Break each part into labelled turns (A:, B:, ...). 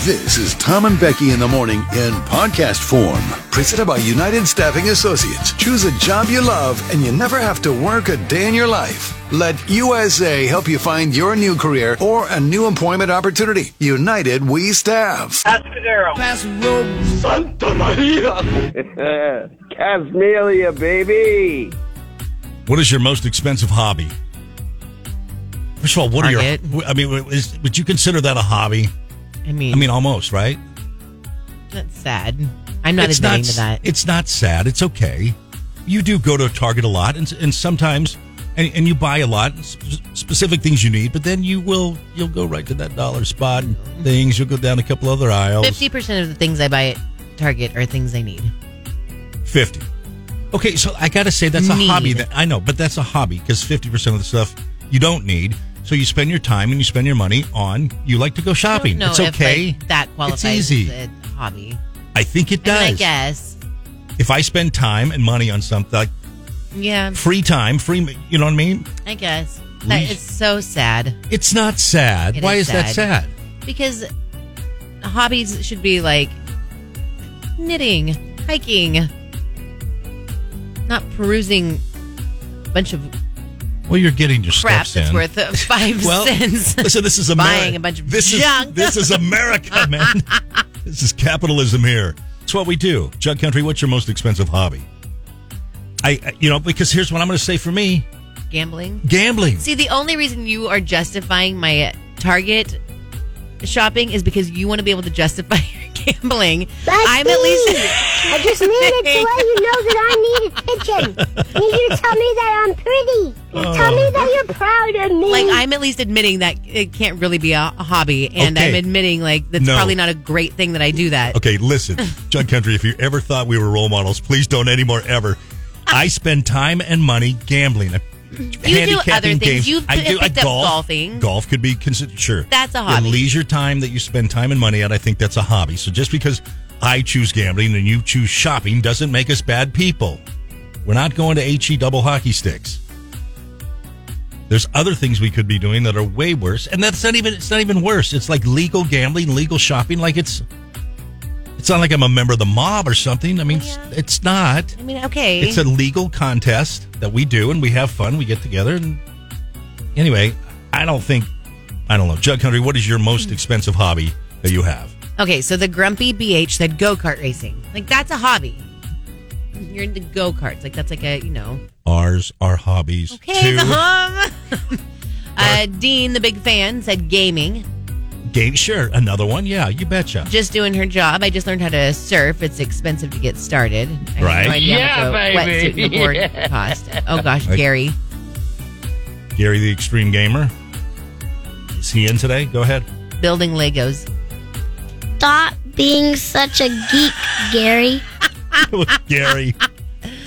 A: This is Tom and Becky in the morning in podcast form. Presented by United Staffing Associates. Choose a job you love and you never have to work a day in your life. Let USA help you find your new career or a new employment opportunity. United We Staff.
B: Aspidero.
C: Santa Maria. Casmelia, baby.
D: What is your most expensive hobby? First of all, what are
E: Target.
D: your? I mean, is, would you consider that a hobby?
E: I mean,
D: I mean, almost, right?
E: that's sad. I'm not admitting to that.
D: It's not sad. It's okay. You do go to Target a lot, and and sometimes, and, and you buy a lot s- specific things you need. But then you will you'll go right to that dollar spot and things. You'll go down a couple other aisles.
E: Fifty percent of the things I buy at Target are things I need.
D: 50. Okay, so I got to say that's a
E: Need.
D: hobby that I know, but that's a hobby because 50% of the stuff you don't need. So you spend your time and you spend your money on you like to go shopping.
E: I don't
D: it's
E: know
D: okay.
E: If, like, that qualifies
D: It's easy.
E: as a hobby.
D: I think it
E: I mean, I
D: does.
E: guess.
D: If I spend time and money on something like
E: Yeah,
D: free time, free you know what I mean?
E: I guess. That
D: Leash.
E: is so sad
D: It's not sad.
E: It
D: Why is
E: is
D: that
E: sad.
D: sad?
E: because hobbies should be like knitting, hiking, not perusing a bunch of
D: Well, you're getting your
E: crap that's
D: steps in.
E: worth uh, five
D: well,
E: cents.
D: listen, this is America.
E: Buying a bunch of
D: this Is,
E: junk.
D: this is America, man. this is capitalism here. It's what we do. Jug Country, what's your most expensive hobby? I, I- you know, because here's what I'm going to say for me:
E: Gambling.
D: gambling.
E: See, the only reason you are justifying my Target shopping is because you want to be able to justify your gambling. I'm at least
F: I just needed to let you know that I need attention. I need you to tell me that I'm pretty. Tell me that you're proud of me.
E: like I'm at least admitting that it can't really be a, a hobby, and
D: Okay.
E: I'm admitting like that's
D: No.
E: probably not a great thing that I do that.
D: Okay, listen, Jug Country. If you ever thought we were role models, please don't anymore ever. I spend time and money gambling.
E: You do other things. You've
D: I do, I
E: picked up
D: golf.
E: golfing.
D: Golf could be considered. Sure,
E: That's a
D: Your
E: hobby.
D: leisure time that you spend time and money on, I think that's a hobby. So just because I choose gambling and you choose shopping doesn't make us bad people. We're not going to HE double hockey sticks. There's other things we could be doing that are way worse, and that's not even it's not even worse. It's like legal gambling, legal shopping. Like it's it's not like I'm a member of the mob or something. I mean, it's- it's not.
E: I mean, okay,
D: It's a legal contest that we do, and we have fun. We get together, and anyway, I don't think I don't know. Jug Country, what is your
E: Hmm.
D: most expensive hobby that you have?
E: okay. So the grumpy BH said go kart racing. Like that's a hobby. You're into go karts. Like that's like a you know.
D: Ours are hobbies
E: Okay,
D: too.
E: the hum. uh, Dean, the big fan, said gaming.
D: Game, sure, another one. Yeah, you betcha.
E: just doing her job. I just learned how to surf. It's expensive to get started. I have
D: Right.
E: no idea how much
C: Yeah,
E: a Wetsuit
C: baby.
E: and a board cost. Oh gosh,
D: Like-
E: Gary.
D: Gary, the extreme gamer, is he in today? Go ahead.
E: Building Legos.
F: Stop being such a geek, Gary.
D: Gary,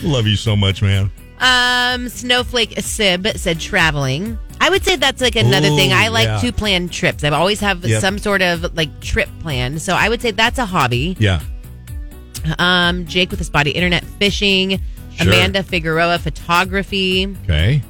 D: love you so much, man.
E: Um, Snowflake Sib said traveling. I would say that's like another
D: Ooh,
E: thing. I like
D: yeah.
E: to plan trips. I always have
D: Yep.
E: some sort of like trip plan. So I would say that's a hobby.
D: Yeah,
E: Um, Jake with his body internet fishing.
D: Sure.
E: Amanda Figueroa photography.
D: okay.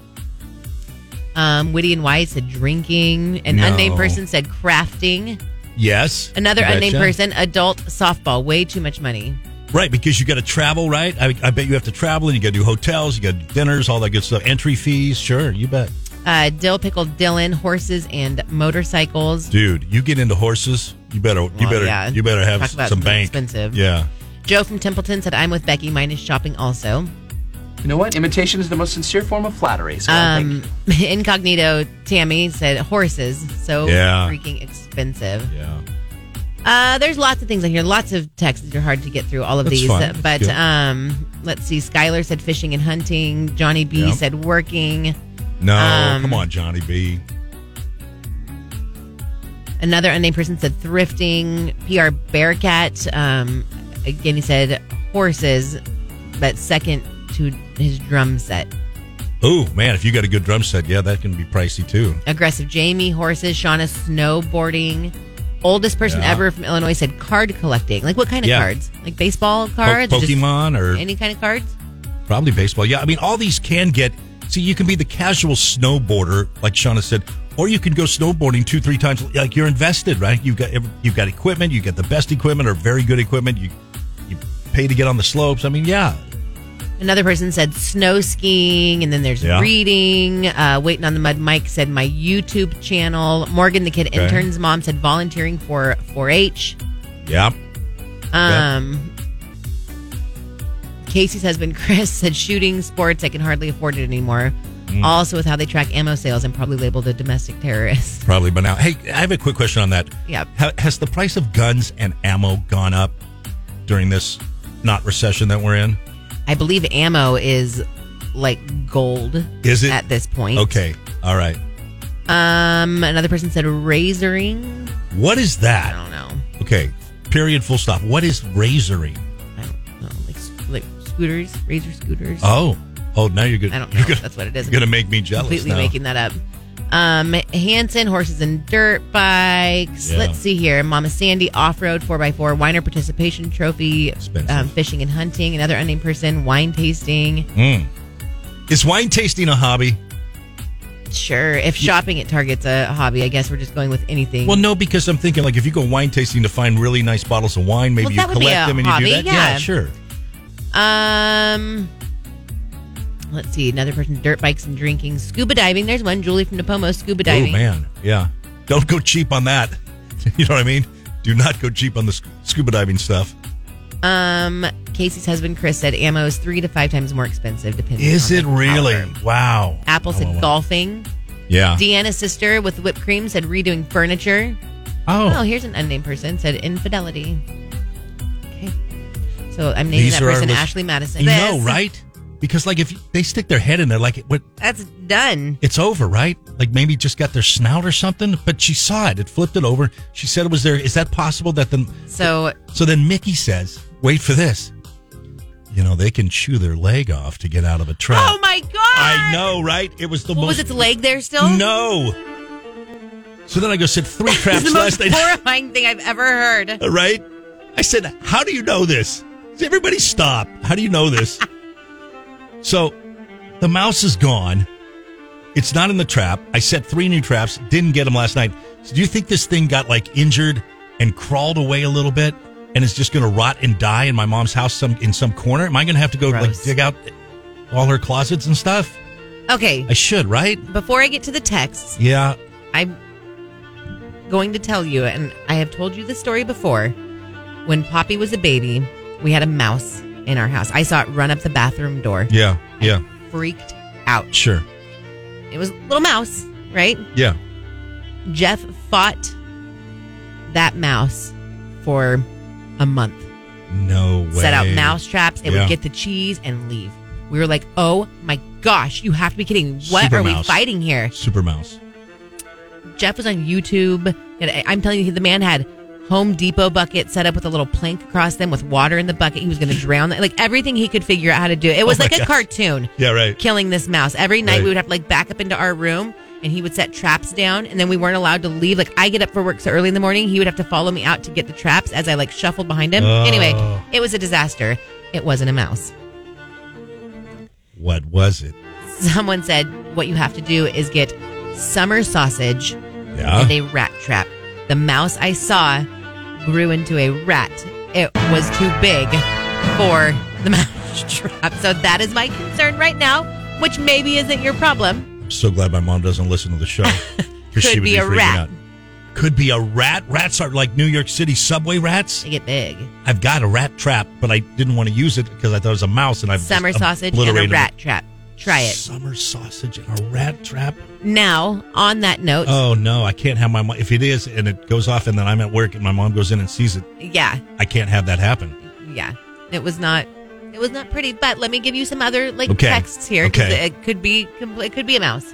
E: Um, Witty and White said drinking. An
D: No.
E: unnamed person said crafting.
D: Yes,
E: Another
D: you
E: unnamed
D: betcha.
E: person, adult softball, way too much money.
D: Right, because you got to travel, right? I, I bet you have to travel and you got to do hotels, you got to do dinners, all that good stuff. Entry fees, sure, you bet.
E: Uh, Dill Pickle Dylan, horses and motorcycles.
D: Dude, you get into horses, you better you
E: Well,
D: better
E: yeah.
D: you better have
E: Talk about
D: some bank.
E: expensive.
D: Yeah.
E: Joe from Templeton said, I'm with Becky. Mine is shopping also.
G: You know what? Imitation is the most sincere form of flattery. So I think-
E: Um, incognito Tammy said, horses. So
D: Yeah.
E: freaking expensive.
D: Yeah.
E: Uh, there's lots of things on here. Lots of texts. You're hard to get through all of
D: That's
E: these.
D: fine. That's
E: But
D: good.
E: um, let's see. Skylar said fishing and hunting. Johnny B
D: Yep.
E: said working.
D: No,
E: Um,
D: come on, Johnny B.
E: Another unnamed person said thrifting. PR Bearcat. Um, again, he said horses, but second to his drum set.
D: Oh man, if you got a good drum set, yeah, that can be pricey too.
E: Aggressive Jamie, horses. Shauna, snowboarding. Oldest person
D: Yeah.
E: ever from Illinois said card collecting. Like what kind of
D: Yeah.
E: cards? Like baseball
D: Po-
E: cards? Just
D: Pokemon or
E: Any kind of cards?
D: probably baseball. Yeah, I mean all these can get. See, you can be the casual snowboarder, like Shauna said, Or you can go snowboarding two, three times. Like you're invested, right? You've got every- you've got equipment. You get the best equipment or very good equipment. You you pay to get on the slopes. I mean, yeah,
E: Another person said snow skiing, and then there's
D: Yeah.
E: reading. Uh, Waiting on the mud. Mike said my YouTube channel. Morgan, the kid
D: Okay.
E: intern's mom, said volunteering for 4-H.
D: yeah.
E: Um, Casey's husband Chris said shooting sports. I can hardly afford it anymore.
D: Mm.
E: Also, with how they track ammo sales, I'm probably labeled a domestic terrorist.
D: Probably by now. Hey, I have a quick question on that.
E: Yep.
D: Ha- has the price of guns and ammo gone up during this not recession that we're in?
E: I believe ammo is like gold.
D: Is it?
E: at this point?
D: Okay. All right.
E: Um, another person said razoring.
D: What is
E: I
D: that?
E: don't know.
D: Okay. Period. Full stop. What is razoring?
E: I don't know. Like sc- like scooters, razor scooters.
D: Oh. Oh, now you're good.
E: I don't know.
D: You're gonna,
E: That's what it is.
D: you're gonna make me jealous.
E: completely
D: now.
E: making that up. Um, Hanson, horses and dirt bikes.
D: Yeah.
E: Let's see here. Mama Sandy, off road 4x4, winer participation trophy,
D: Expensive.
E: um, fishing and hunting. Another unnamed person, wine tasting.
D: Mm. Is wine tasting a hobby?
E: Sure. If shopping at Target's a hobby, I guess we're just going with anything.
D: Well, no, because I'm thinking like if you go wine tasting to find really nice bottles of wine, maybe
E: Well,
D: you
E: that would
D: collect
E: be a
D: them and
E: hobby,
D: you do that.
E: yeah.
D: sure.
E: Um, let's see. Another person, dirt bikes and drinking. Scuba diving. There's one. Julie from Napomo, scuba
D: Oh
E: diving.
D: man, yeah. Don't go cheap on that. you know what I mean? Do not go cheap on the sc- scuba diving stuff.
E: Um, Casey's husband, Chris, said ammo is three to five times more expensive, depending
D: Is
E: on
D: it
E: the
D: really?
E: caliber.
D: Wow.
E: Apple
D: Wow,
E: said
D: wow, wow.
E: golfing.
D: Yeah.
E: Deanna's sister with whipped cream said redoing furniture. Oh,
D: oh,
E: here's an unnamed person said infidelity. Okay. So I'm naming
D: These
E: that
D: are our
E: person
D: list-
E: Ashley Madison.
D: you know,
E: This-
D: right? Because like if you- they stick their head in there, like what?
E: That's done.
D: It's over, right? Like maybe just got their snout or something. But she saw it. It flipped it over. She said it was there. Is that possible? That the
E: So
D: So then Mickey says, wait for this. You know, they can chew their leg off to get out of a trap.
E: Oh my god.
D: I know, right? It was the
E: What
D: most.
E: was its leg there still?
D: No. So then I go sit three
E: It's
D: traps
E: the most
D: last night.
E: horrifying thing I've ever heard.
D: right? I said, how do you know this? Everybody stop. How do you know this? so the mouse is gone. It's not in the trap. I set three new traps. Didn't get them last night. So do you think this thing got like injured and crawled away a little bit and is just going to rot and die in my mom's house some in some corner? Am I going to have to go
E: Gross.
D: like dig out all her closets and stuff?
E: Okay.
D: I should, right?
E: Before I get to the texts,
D: Yeah.
E: I'm going to tell you, and I have told you this story before. When Poppy was a baby, we had a mouse in our house. I saw it run up the bathroom door.
D: Yeah. Yeah.
E: Freaked out.
D: Sure.
E: It was a little mouse, right?
D: Yeah.
E: Jeff fought that mouse for a month.
D: No way.
E: Set out mouse traps. It
D: Yeah.
E: would get the cheese and leave. We were like, oh my gosh, you have to be kidding. What
D: Super
E: are we
D: mouse.
E: fighting here?
D: Super mouse.
E: Jeff was on YouTube. And I- I'm telling you, the man had Home Depot bucket set up with a little plank across them with water in the bucket. He was going to drown that. Like everything he could figure out how to do. It was
D: Oh my
E: like a
D: gosh.
E: cartoon
D: Yeah. Right.
E: killing this mouse. Every night
D: Right.
E: we would have to like back up into our room and he would set traps down and then we weren't allowed to leave. Like I get up for work so early in the morning, he would have to follow me out to get the traps as I like shuffled behind him.
D: Oh.
E: Anyway, it was a disaster. It wasn't a mouse.
D: What was it?
E: Someone said what you have to do is get summer sausage
D: Yeah.
E: and a rat trap. The mouse I saw grew into a rat. It was too big for the mouse trap. So that is my concern right now, which maybe isn't your problem.
D: I'm so glad my mom doesn't listen to the show. 'Cause
E: Could be a
D: freaking
E: rat.
D: Could be a rat. Rats are like New York City subway rats.
E: They get big.
D: I've got a rat trap, but I didn't want to use it because I thought it was a mouse, and I've just
E: Summer sausage and a
D: obliterated
E: rat
D: it.
E: trap. Try it.
D: Summer sausage and a rat trap.
E: Now, on that note,
D: Oh no, I can't have my mom. If it is, and it goes off, and then I'm at work, and my mom goes in and sees it,
E: yeah,
D: I can't have that happen.
E: yeah. It was not it was not pretty, but let me give you some other like
D: Okay.
E: texts here because
D: Okay.
E: it could be compl- it could be a mouse.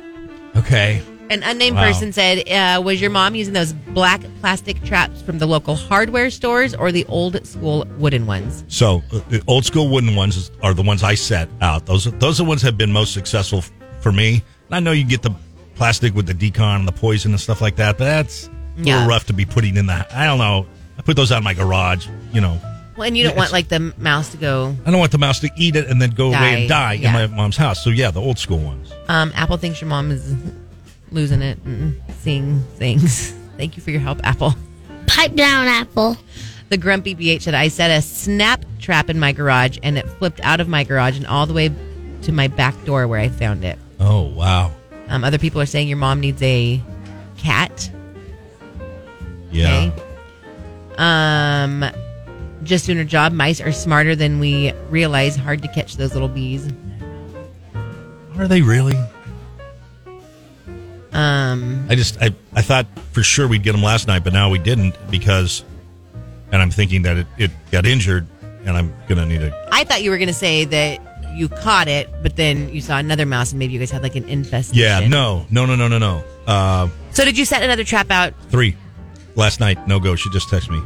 D: Okay.
E: An unnamed
D: Wow.
E: person said, uh, "Was your mom using those black plastic traps from the local hardware stores or the old school wooden ones?"
D: So uh, the old school wooden ones is- are the ones I set out. Those are- those are the ones that have been most successful f- for me. And I know you get the plastic with the decon and the poison and stuff like that, but that's a little
E: Yeah.
D: rough to be putting in the. I don't know. I put those out in my garage. You know,
E: Well, and you don't
D: Yes.
E: want like the mouse to go.
D: I don't want the mouse to eat it and then go away
E: Die,
D: and die
E: yeah.
D: in my mom's house. So yeah, the old school ones.
E: Um, Apple thinks your mom is losing it and seeing things. Thank you for your help, Apple.
F: Pipe down, Apple.
E: The grumpy BH said, I set a snap trap in my garage and it flipped out of my garage and all the way to my back door where I found it.
D: Oh, wow.
E: Um, other people are saying your mom needs a cat.
D: Yeah.
E: Um, just doing her job. Mice are smarter than we realize. Hard to catch those little bees.
D: Are they really?
E: Um,
D: I just, I, I thought for sure we'd get them last night, but now we didn't because, and I'm thinking that it, it got injured and I'm going to need a,
E: I thought you were going to say that you caught it, but then you saw another mouse and maybe you guys had like an infestation.
D: yeah, no, no, no, no, no, no. Uh,
E: So did you set another trap out?
D: three. Last night, no go. She just texted me.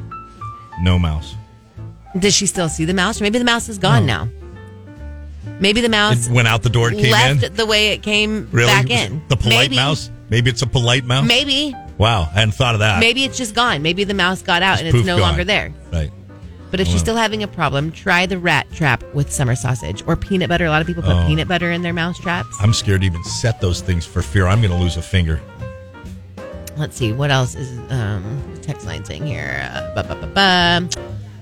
D: No mouse.
E: Does she still see the mouse? Or maybe the mouse is gone now. Maybe the mouse
D: It went out the door it came
E: Uh, left
D: in.
E: the way it came
D: Really?
E: back
D: Was it
E: in.
D: The polite
E: Maybe-
D: mouse? Maybe it's a polite mouse?
E: Maybe.
D: Wow, I hadn't thought of that.
E: Maybe it's just gone. Maybe the mouse got out
D: Just
E: and it's
D: poof,
E: no
D: gone.
E: longer there.
D: Right.
E: But if
D: Wow.
E: she's still having a problem, try the rat trap with summer sausage or peanut butter. A lot of people put
D: Oh.
E: peanut butter in their mouse traps.
D: I'm scared to even set those things for fear I'm going to lose a finger.
E: Let's see what else is um, the text line saying here. Uh, ba, ba, ba, ba.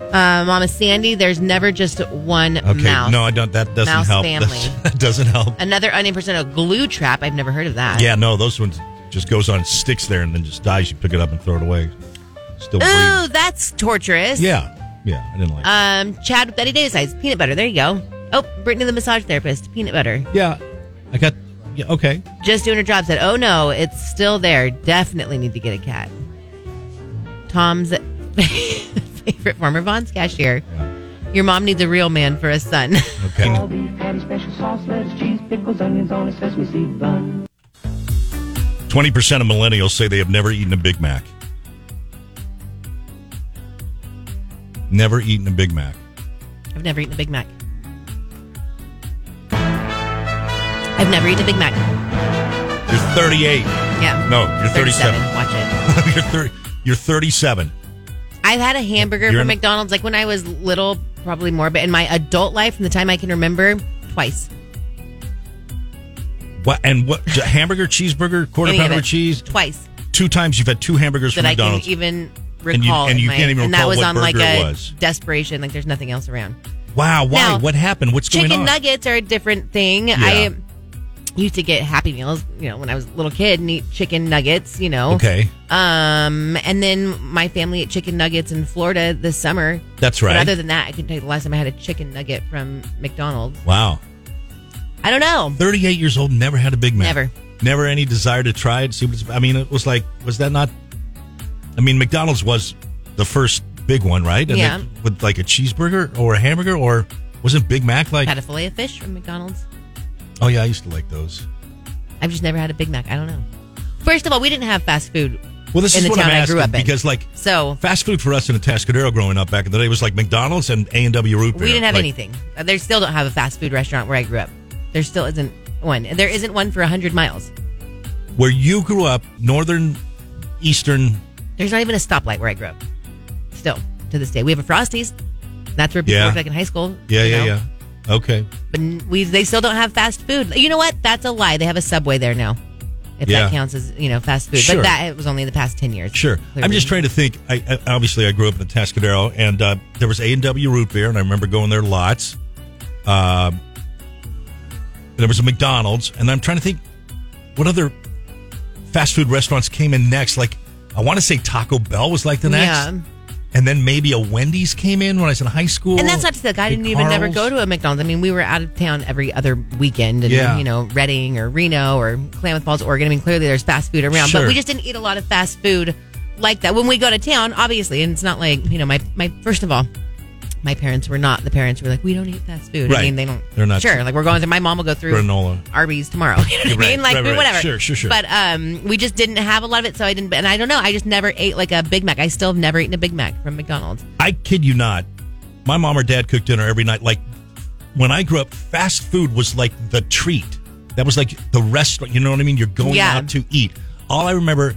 E: Uh, Mama Sandy, there's never just one
D: Okay,
E: mouse.
D: no, I don't. That doesn't
E: Mouse
D: help.
E: family.
D: That's- That doesn't help.
E: Another unnamed person, a glue trap. I've never heard of that.
D: Yeah, no, those ones just goes on and sticks there and then just dies. You pick it up and throw it away. Still
E: Ooh,
D: breathing.
E: that's torturous.
D: Yeah, yeah, I didn't like. it.
E: Um, Chad with Betty Davis eyes, peanut butter. There you go. Oh, Brittany the massage therapist, peanut butter.
D: yeah, I got. Yeah, okay.
E: Just doing her job said, oh no, it's still there. Definitely need to get a cat. Tom's favorite former Vaughn's cashier. Your mom needs a real man for a son.
D: Okay.
B: beef patty, special sauce, lettuce, cheese, pickles, onions on a sesame seed bun.
D: Twenty percent of millennials say they have never eaten a Big Mac. Never eaten a Big Mac.
E: I've never eaten a Big Mac. I've never eaten a Big Mac.
D: You're 38.
E: Yeah.
D: No, you're 37.
E: Watch it.
D: you're 30. You're 37.
E: I've had a hamburger
D: You're
E: from
D: in-
E: McDonald's like when I was little, probably more, but in my adult life, from the time I can remember, twice.
D: What and what? j- Hamburger, cheeseburger, quarter
E: Any of
D: pounder
E: it.
D: with cheese.
E: twice
D: Two times you've had two hamburgers
E: that
D: from
E: I can
D: McDonald's.
E: even recall.
D: And you- and
E: in
D: you
E: my-
D: can't even
E: and
D: recall
E: that was
D: what
E: on like
D: burger it
E: a
D: was.
E: desperation, like there's nothing else around.
D: wow. Why?
E: Now,
D: what happened? What's going
E: Chicken
D: on?
E: nuggets are a different thing. I used to get Happy Meals, you know, when I was a little kid and eat chicken nuggets, you know.
D: Okay,
E: Um, and then my family ate chicken nuggets in Florida this summer.
D: that's
E: But
D: right.
E: other than that, I can tell you the last time I had a chicken nugget from McDonald's.
D: wow.
E: I don't know.
D: 38 years old, never had a Big Mac.
E: Never.
D: Never any desire to try it. See what it's, I mean, it was like, was that not? I mean, McDonald's was the first big one, right? And
E: Yeah.
D: it- with like a cheeseburger or a hamburger, or wasn't Big Mac like?
E: Had a fillet of fish from McDonald's.
D: Oh yeah, I used to like those.
E: I've just never had a Big Mac. I don't know. First of all, we didn't have fast food.
D: Well, this
E: in
D: is
E: the
D: what
E: town
D: I'm asking
E: grew up in.
D: because like
E: so
D: fast food for us in the Tascadero growing up back in the day was like McDonald's and A and W root beer.
E: we didn't have
D: Like,
E: anything. Uh, They still don't have a fast food restaurant where I grew up. There still isn't one. There isn't one for hundred miles.
D: Where you grew up, northern, eastern.
E: There's not even a stoplight where I grew up. Still to this day, we have a Frosties. That's where people
D: Yeah.
E: worked like in high school.
D: Yeah,
E: you
D: yeah,
E: know?
D: yeah. Okay.
E: But n- we they still don't have fast food. You know what? That's a lie. They have a Subway there now. If
D: Yeah.
E: that counts as you know fast food,
D: Sure.
E: but that it was only in the past ten years.
D: Sure. I'm
E: Clearly.
D: just trying to think. I, I obviously I grew up in the Tascadero, and uh, there was A and W root beer, and I remember going there lots. Um, there was a McDonald's, and I'm trying to think what other fast food restaurants came in next. Like I want to say Taco Bell was like the next,
E: Yeah.
D: and then maybe a Wendy's came in when I was in high school.
E: And that's not to say like, I
D: Big
E: didn't even never
D: Carl's.
E: go to a McDonald's. I mean, we were out of town every other weekend, and
D: Yeah.
E: you know, Reading or Reno or Klamath Falls, Oregon. I mean, clearly there's fast food around,
D: Sure.
E: but we just didn't eat a lot of fast food like that when we go to town. Obviously, and it's not like you know, my my first of all. My parents were not the parents who were like, we don't eat fast food.
D: Right.
E: I mean, they don't.
D: They're not-
E: Sure. Like, we're going through, my mom will go through
D: Granola.
E: Arby's tomorrow. You know what
D: Right,
E: I mean? Like,
D: right, right.
E: whatever.
D: Sure, sure, sure.
E: But um, we just didn't have a lot of it. So I didn't, and I don't know. I just never ate like a Big Mac. I still have never eaten a Big Mac from McDonald's.
D: I kid you not. My mom or dad cooked dinner every night. Like when I grew up, fast food was like the treat. That was like the restaurant. You know what I mean? You're going
E: Yeah.
D: out to eat. All I remember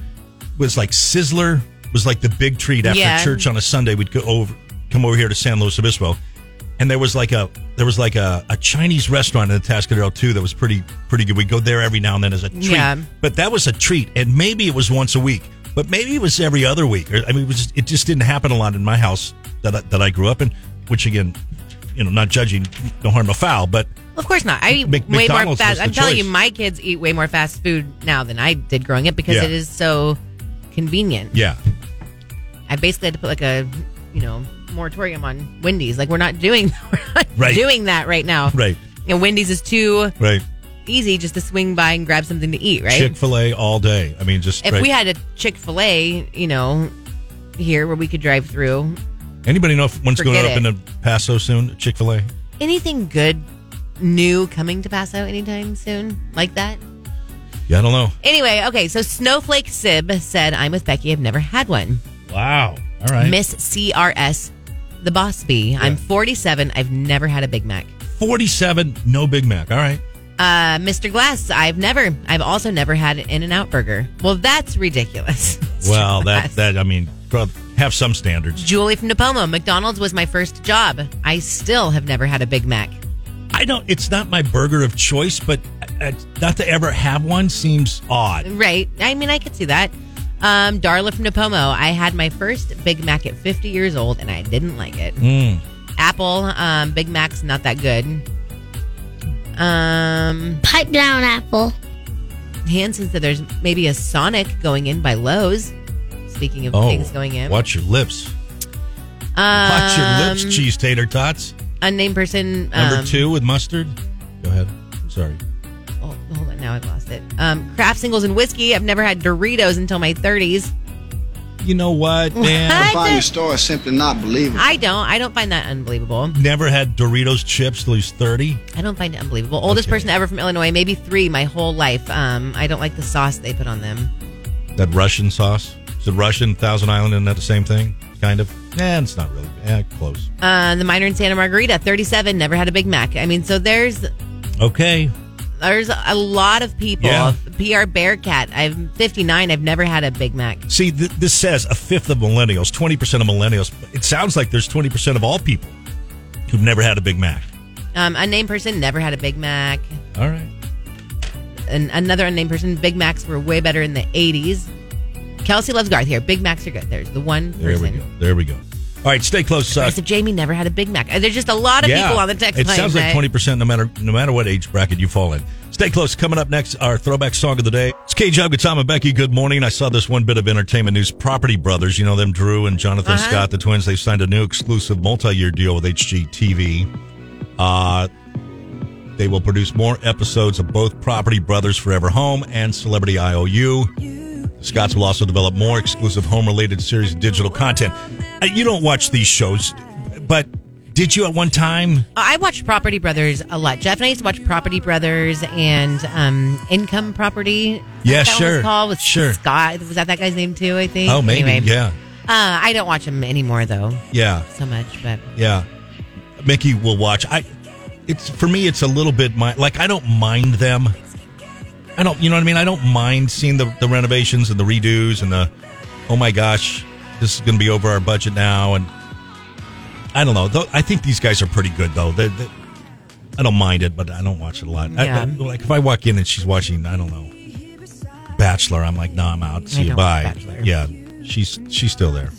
D: was like Sizzler was like the big treat after
E: Yeah.
D: church on a Sunday. We'd go over, come over here to San Luis Obispo, and there was like a there was like a, a Chinese restaurant in the Tascadero too that was pretty pretty good. We go there every now and then as a treat.
E: Yeah.
D: But that was a treat, and maybe it was once a week, but maybe it was every other week. Or, I mean, it, was, it just didn't happen a lot in my house that I, that I grew up in. Which again, you know, not judging, no harm, no foul, but
E: Of course not. I eat way
D: Mc-
E: more
D: McDonald's was
E: fast.
D: the
E: I'm telling you,
D: choice.
E: my kids eat way more fast food now than I did growing up because
D: Yeah.
E: it is so convenient.
D: yeah,
E: I basically had to put like a, you know, moratorium on Wendy's. Like we're not doing, we're not
D: Right.
E: doing that right now.
D: Right.
E: And Wendy's is too
D: right.
E: easy just to swing by and grab something to eat. Right.
D: Chick Fil A all day. I mean, just
E: if
D: right.
E: we had a Chick Fil A, you know, here where we could drive through,
D: anybody know if one's going
E: Forget
D: up in
E: it.
D: El Paso soon? Chick Fil A.
E: anything good, new coming to Paso anytime soon like that?
D: Yeah, I don't know.
E: Anyway, okay, so Snowflake Sib said, I'm with Becky, I've never had one.
D: Wow. All right.
E: Miss CRS, the boss bee. I'm 47, I've never had a Big Mac.
D: Forty-seven. No Big Mac. All right.
E: Uh, Mr. Glass, I've never, I've also never had an In N Out burger. Well, that's ridiculous.
D: Well,
E: Mr.
D: that
E: Glass.
D: that I mean, bro, have some standards.
E: Julie from Napomo, McDonald's was my first job. I still have never had a Big Mac.
D: I don't. It's not my burger of choice, but uh, not to ever have one seems odd.
E: Right. I mean, I could see that. Um, Darla from Napomo. I had my first Big Mac at 50 years old, and I didn't like it.
D: Mm.
E: Apple um, Big Mac's not that good. Um,
F: Pipe down, Apple.
E: Hanson said there's maybe a Sonic going in by Lowe's. Speaking
D: Oh,
E: of things going in,
D: watch your lips.
E: Um,
D: Watch your lips, cheese tater tots.
E: Unnamed person
D: Number
E: um,
D: two with mustard. Go ahead. I'm sorry.
E: Oh, hold on, now I've lost it. Um, craft singles and whiskey. I've never had Doritos until my 30s.
D: You know what, man?
E: What?
H: Finding story is simply not believable.
E: I don't. I don't find that unbelievable.
D: Never had Doritos chips till he's thirty.
E: I don't find it unbelievable. Oldest
D: Okay.
E: person ever from Illinois, maybe three my whole life. Um, I don't like the sauce they put on them.
D: That Russian sauce. Is it Russian Thousand Island? Isn't that the same thing? Kind of. Eh, it's not really. Eh, close.
E: Uh, the miner in Santa Margarita, 37, never had a Big Mac. I mean, so there's
D: Okay.
E: there's a lot of people.
D: Yeah.
E: PR Bearcat, I'm 59, I've never had a Big Mac.
D: See, th- this says a fifth of millennials, 20% of millennials. It sounds like there's 20% of all people who've never had a Big Mac.
E: Um, unnamed person, never had a Big Mac.
D: All right.
E: And another unnamed person, Big Macs were way better in the 80s. Kelsey loves Garth here. Big Macs are good. There's the one
D: There
E: person.
D: we go. There we go. All right, stay close. Uh,
E: I said, Jamie never had a Big Mac. Uh, There's just a lot of people on the text
D: It
E: line.
D: sounds like
E: that-
D: 20% no matter no matter what age bracket you fall in. Stay close. Coming up next, our throwback song of the day. It's K Job Tom Becky. Good morning. I saw this one bit of entertainment news. Property Brothers, you know them, Drew and Jonathan
E: Uh-huh.
D: Scott, the twins, they signed a new exclusive multi year deal with HGTV. Uh they will produce more episodes of both Property Brothers Forever Home and Celebrity IOU. Scotts will also develop more exclusive home related series and digital content. Uh, You don't watch these shows, but did you at one time?
E: I watched Property Brothers a lot. Jeff and I used to watch Property Brothers and um, Income Property.
D: Yeah,
E: Is that what it
D: sure.
E: Was called with
D: Sure.
E: Scott. Was that that guy's name too? I think.
D: Oh, maybe.
E: Anyway,
D: Yeah.
E: Uh, I don't watch him anymore though,
D: Yeah.
E: so much. But
D: Yeah. Mickey will watch. I it's for me it's a little bit my like I don't mind them. I don't you know what I mean? I don't mind seeing the, the renovations and the redos and the oh my gosh, this is gonna be over our budget now and I don't know. Though I think these guys are pretty good though. They, they, I don't mind it, but I don't watch it a lot. I-
E: Yeah.
D: I- like if I walk in and she's watching, I don't know, Bachelor, I'm like, no, I'm out. See
E: I
D: you,
E: don't
D: bye.
E: watch Bachelor.
D: Yeah, she's she's still there.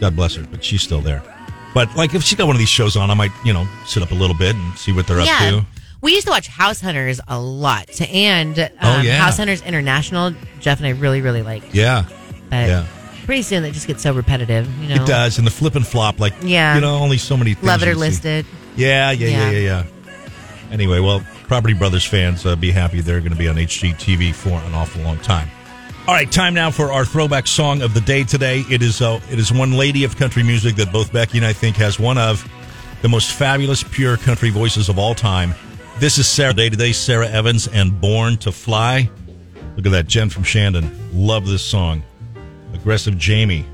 D: God bless her, but she's still there. But like if she got one of these shows on, I might you know sit up a little bit and see what they're
E: yeah,
D: up to.
E: we used to watch House Hunters a lot, and um,
D: Oh, yeah.
E: House Hunters International. Jeff and I really, really liked.
D: Yeah,
E: But
D: yeah.
E: pretty soon it just gets so repetitive. You know,
D: it does. And the flip and flop, like
E: Yeah.
D: you know, only so many things
E: Love it
D: you
E: or
D: see.
E: list it.
D: Yeah, yeah, yeah, yeah, yeah. Anyway, well, Property Brothers fans, uh, be happy they're going to be on HGTV for an awful long time. All right, time now for our throwback song of the day today. It is uh, it is one lady of country music that both Becky and I think has one of the most fabulous pure country voices of all time. This is Sarah Day today, Sarah Evans and Born to Fly. Look at that, Jen from Shandon. Love this song. Aggressive Jamie.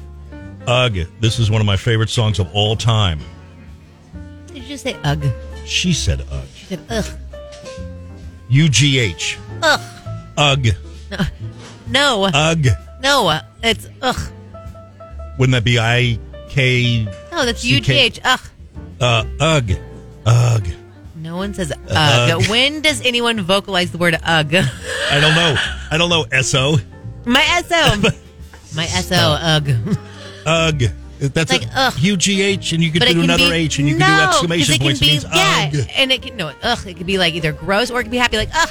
D: Ugh, this is one of my favorite songs of all time.
E: Did you just say ugh?
D: She said ugh.
E: She said ugh.
D: U G H.
E: Ugh.
D: Ugh.
E: No.
D: Ugh.
E: no. It's ugh.
D: Wouldn't that be I K?
E: No, that's
D: CK.
E: U G H. Ugh.
D: Uh, ugh. Ugh.
E: No one says
D: Uh-huh.
E: ugh. When does anyone vocalize the word ugh?
D: I don't know. I don't know. S-O.
E: My SO. My SO, ugh.
D: Ugh. That's
E: Like,
D: a
E: ugh.
D: UGH, and you could
E: But it
D: do
E: can
D: another
E: be-
D: H, and you
E: no,
D: could do
E: 'cause
D: exclamation
E: it can
D: points.
E: Be,
D: it means
E: yeah,
D: ugh.
E: and it can no ugh. It could be like either gross or it could be happy. Like ugh,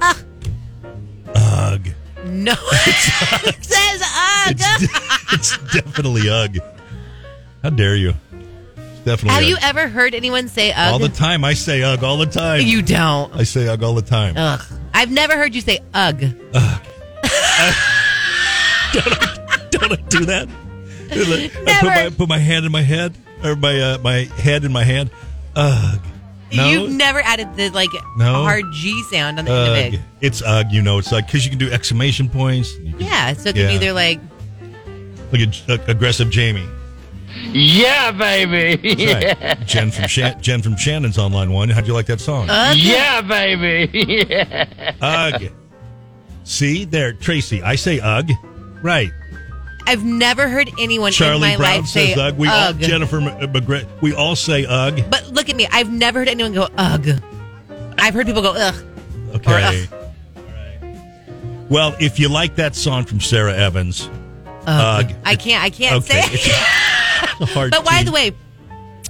D: Ugh.
E: no, it says ugh.
D: It's, it's definitely ugh. How dare you? It's definitely.
E: Have
D: ugh.
E: you ever heard anyone say ugh?
D: all the time? I say ugh all the time.
E: you don't.
D: I say ugh all the time.
E: Ugh. I've never heard you say ugh.
D: Don't I do that? I
E: Never.
D: put my put my hand in my head or my uh, my head in my hand. Ugh. No.
E: You've never added the like
D: No.
E: hard G sound on the end
D: Ugh.
E: of it.
D: It's ugh. You know, it's like because you can do exclamation points. You can-
E: Yeah, so it could
D: Yeah.
E: be either like
D: Look at uh, aggressive Jamie.
C: Yeah, baby.
D: That's right. Jen from Shan- Jen from Shannon's on line one. How'd you like that song?
C: Yeah, baby.
D: Ugh. See there, Tracy. I say ugh. Right.
E: I've never heard anyone in
D: Charlie
E: my
D: Brown
E: life say
D: says ugh. We all
E: ugh.
D: Jennifer McGregor. We all say ugh.
E: but look at me. I've never heard anyone go ugh. I've heard people go ugh.
D: Okay. Well, if you like that song from Sarah Evans,
E: Ugh.
D: Ugh.
E: I can't. I can't
D: okay.
E: say.
D: It's a hard
E: But by
D: T.
E: the way,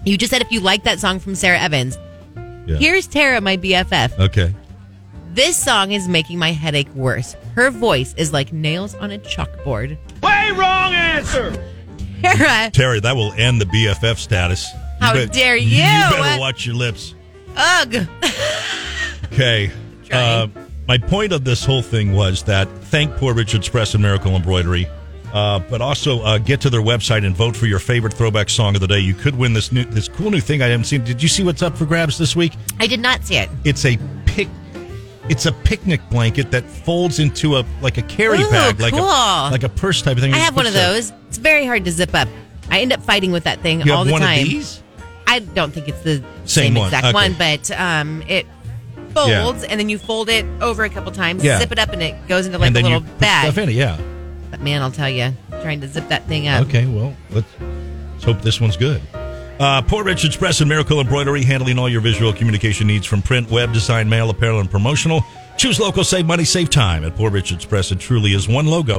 E: you just said if you like that song from Sarah Evans.
D: Yeah.
E: Here's Tara, my BFF.
D: okay.
E: This song is making my headache worse. Her voice is like nails on a chalkboard.
C: Way wrong answer.
E: Tara,
D: Terry, that will end the BFF status. You
E: How dare you.
D: You better watch your lips.
E: ugh.
D: Okay. Uh,
E: Trying.
D: my point of this whole thing was that thank poor Richard's Press and Miracle Embroidery, uh, but also uh, get to their website and vote for your favorite throwback song of the day. You could win this new, this cool new thing I haven't seen. Did you see what's up for grabs this week?
E: I did not see it.
D: It's a pic. It's a picnic blanket that folds into a like a carry
E: Ooh,
D: bag, like
E: cool.
D: a like a purse type of thing.
E: I
D: You
E: have
D: put
E: one of
D: the-
E: those. It's very hard to zip up. I end up fighting with that thing
D: You
E: all
D: have
E: the
D: one
E: time.
D: of these.
E: I don't think it's the same,
D: one.
E: exact
D: Okay.
E: one, but um, it folds and then you fold it over a couple times,
D: Yeah.
E: zip it up, and it goes into like
D: and
E: a
D: then
E: little
D: you put
E: bag.
D: stuff in it. Yeah.
E: But man, I'll tell you, trying to zip that thing up.
D: Okay, well, let's, let's hope this one's good. Uh, Port Richard's Press and Miracle Embroidery, handling all your visual communication needs from print, web design, mail, apparel, and promotional. Choose local, save money, save time at Port Richard's Press. It truly is one logo.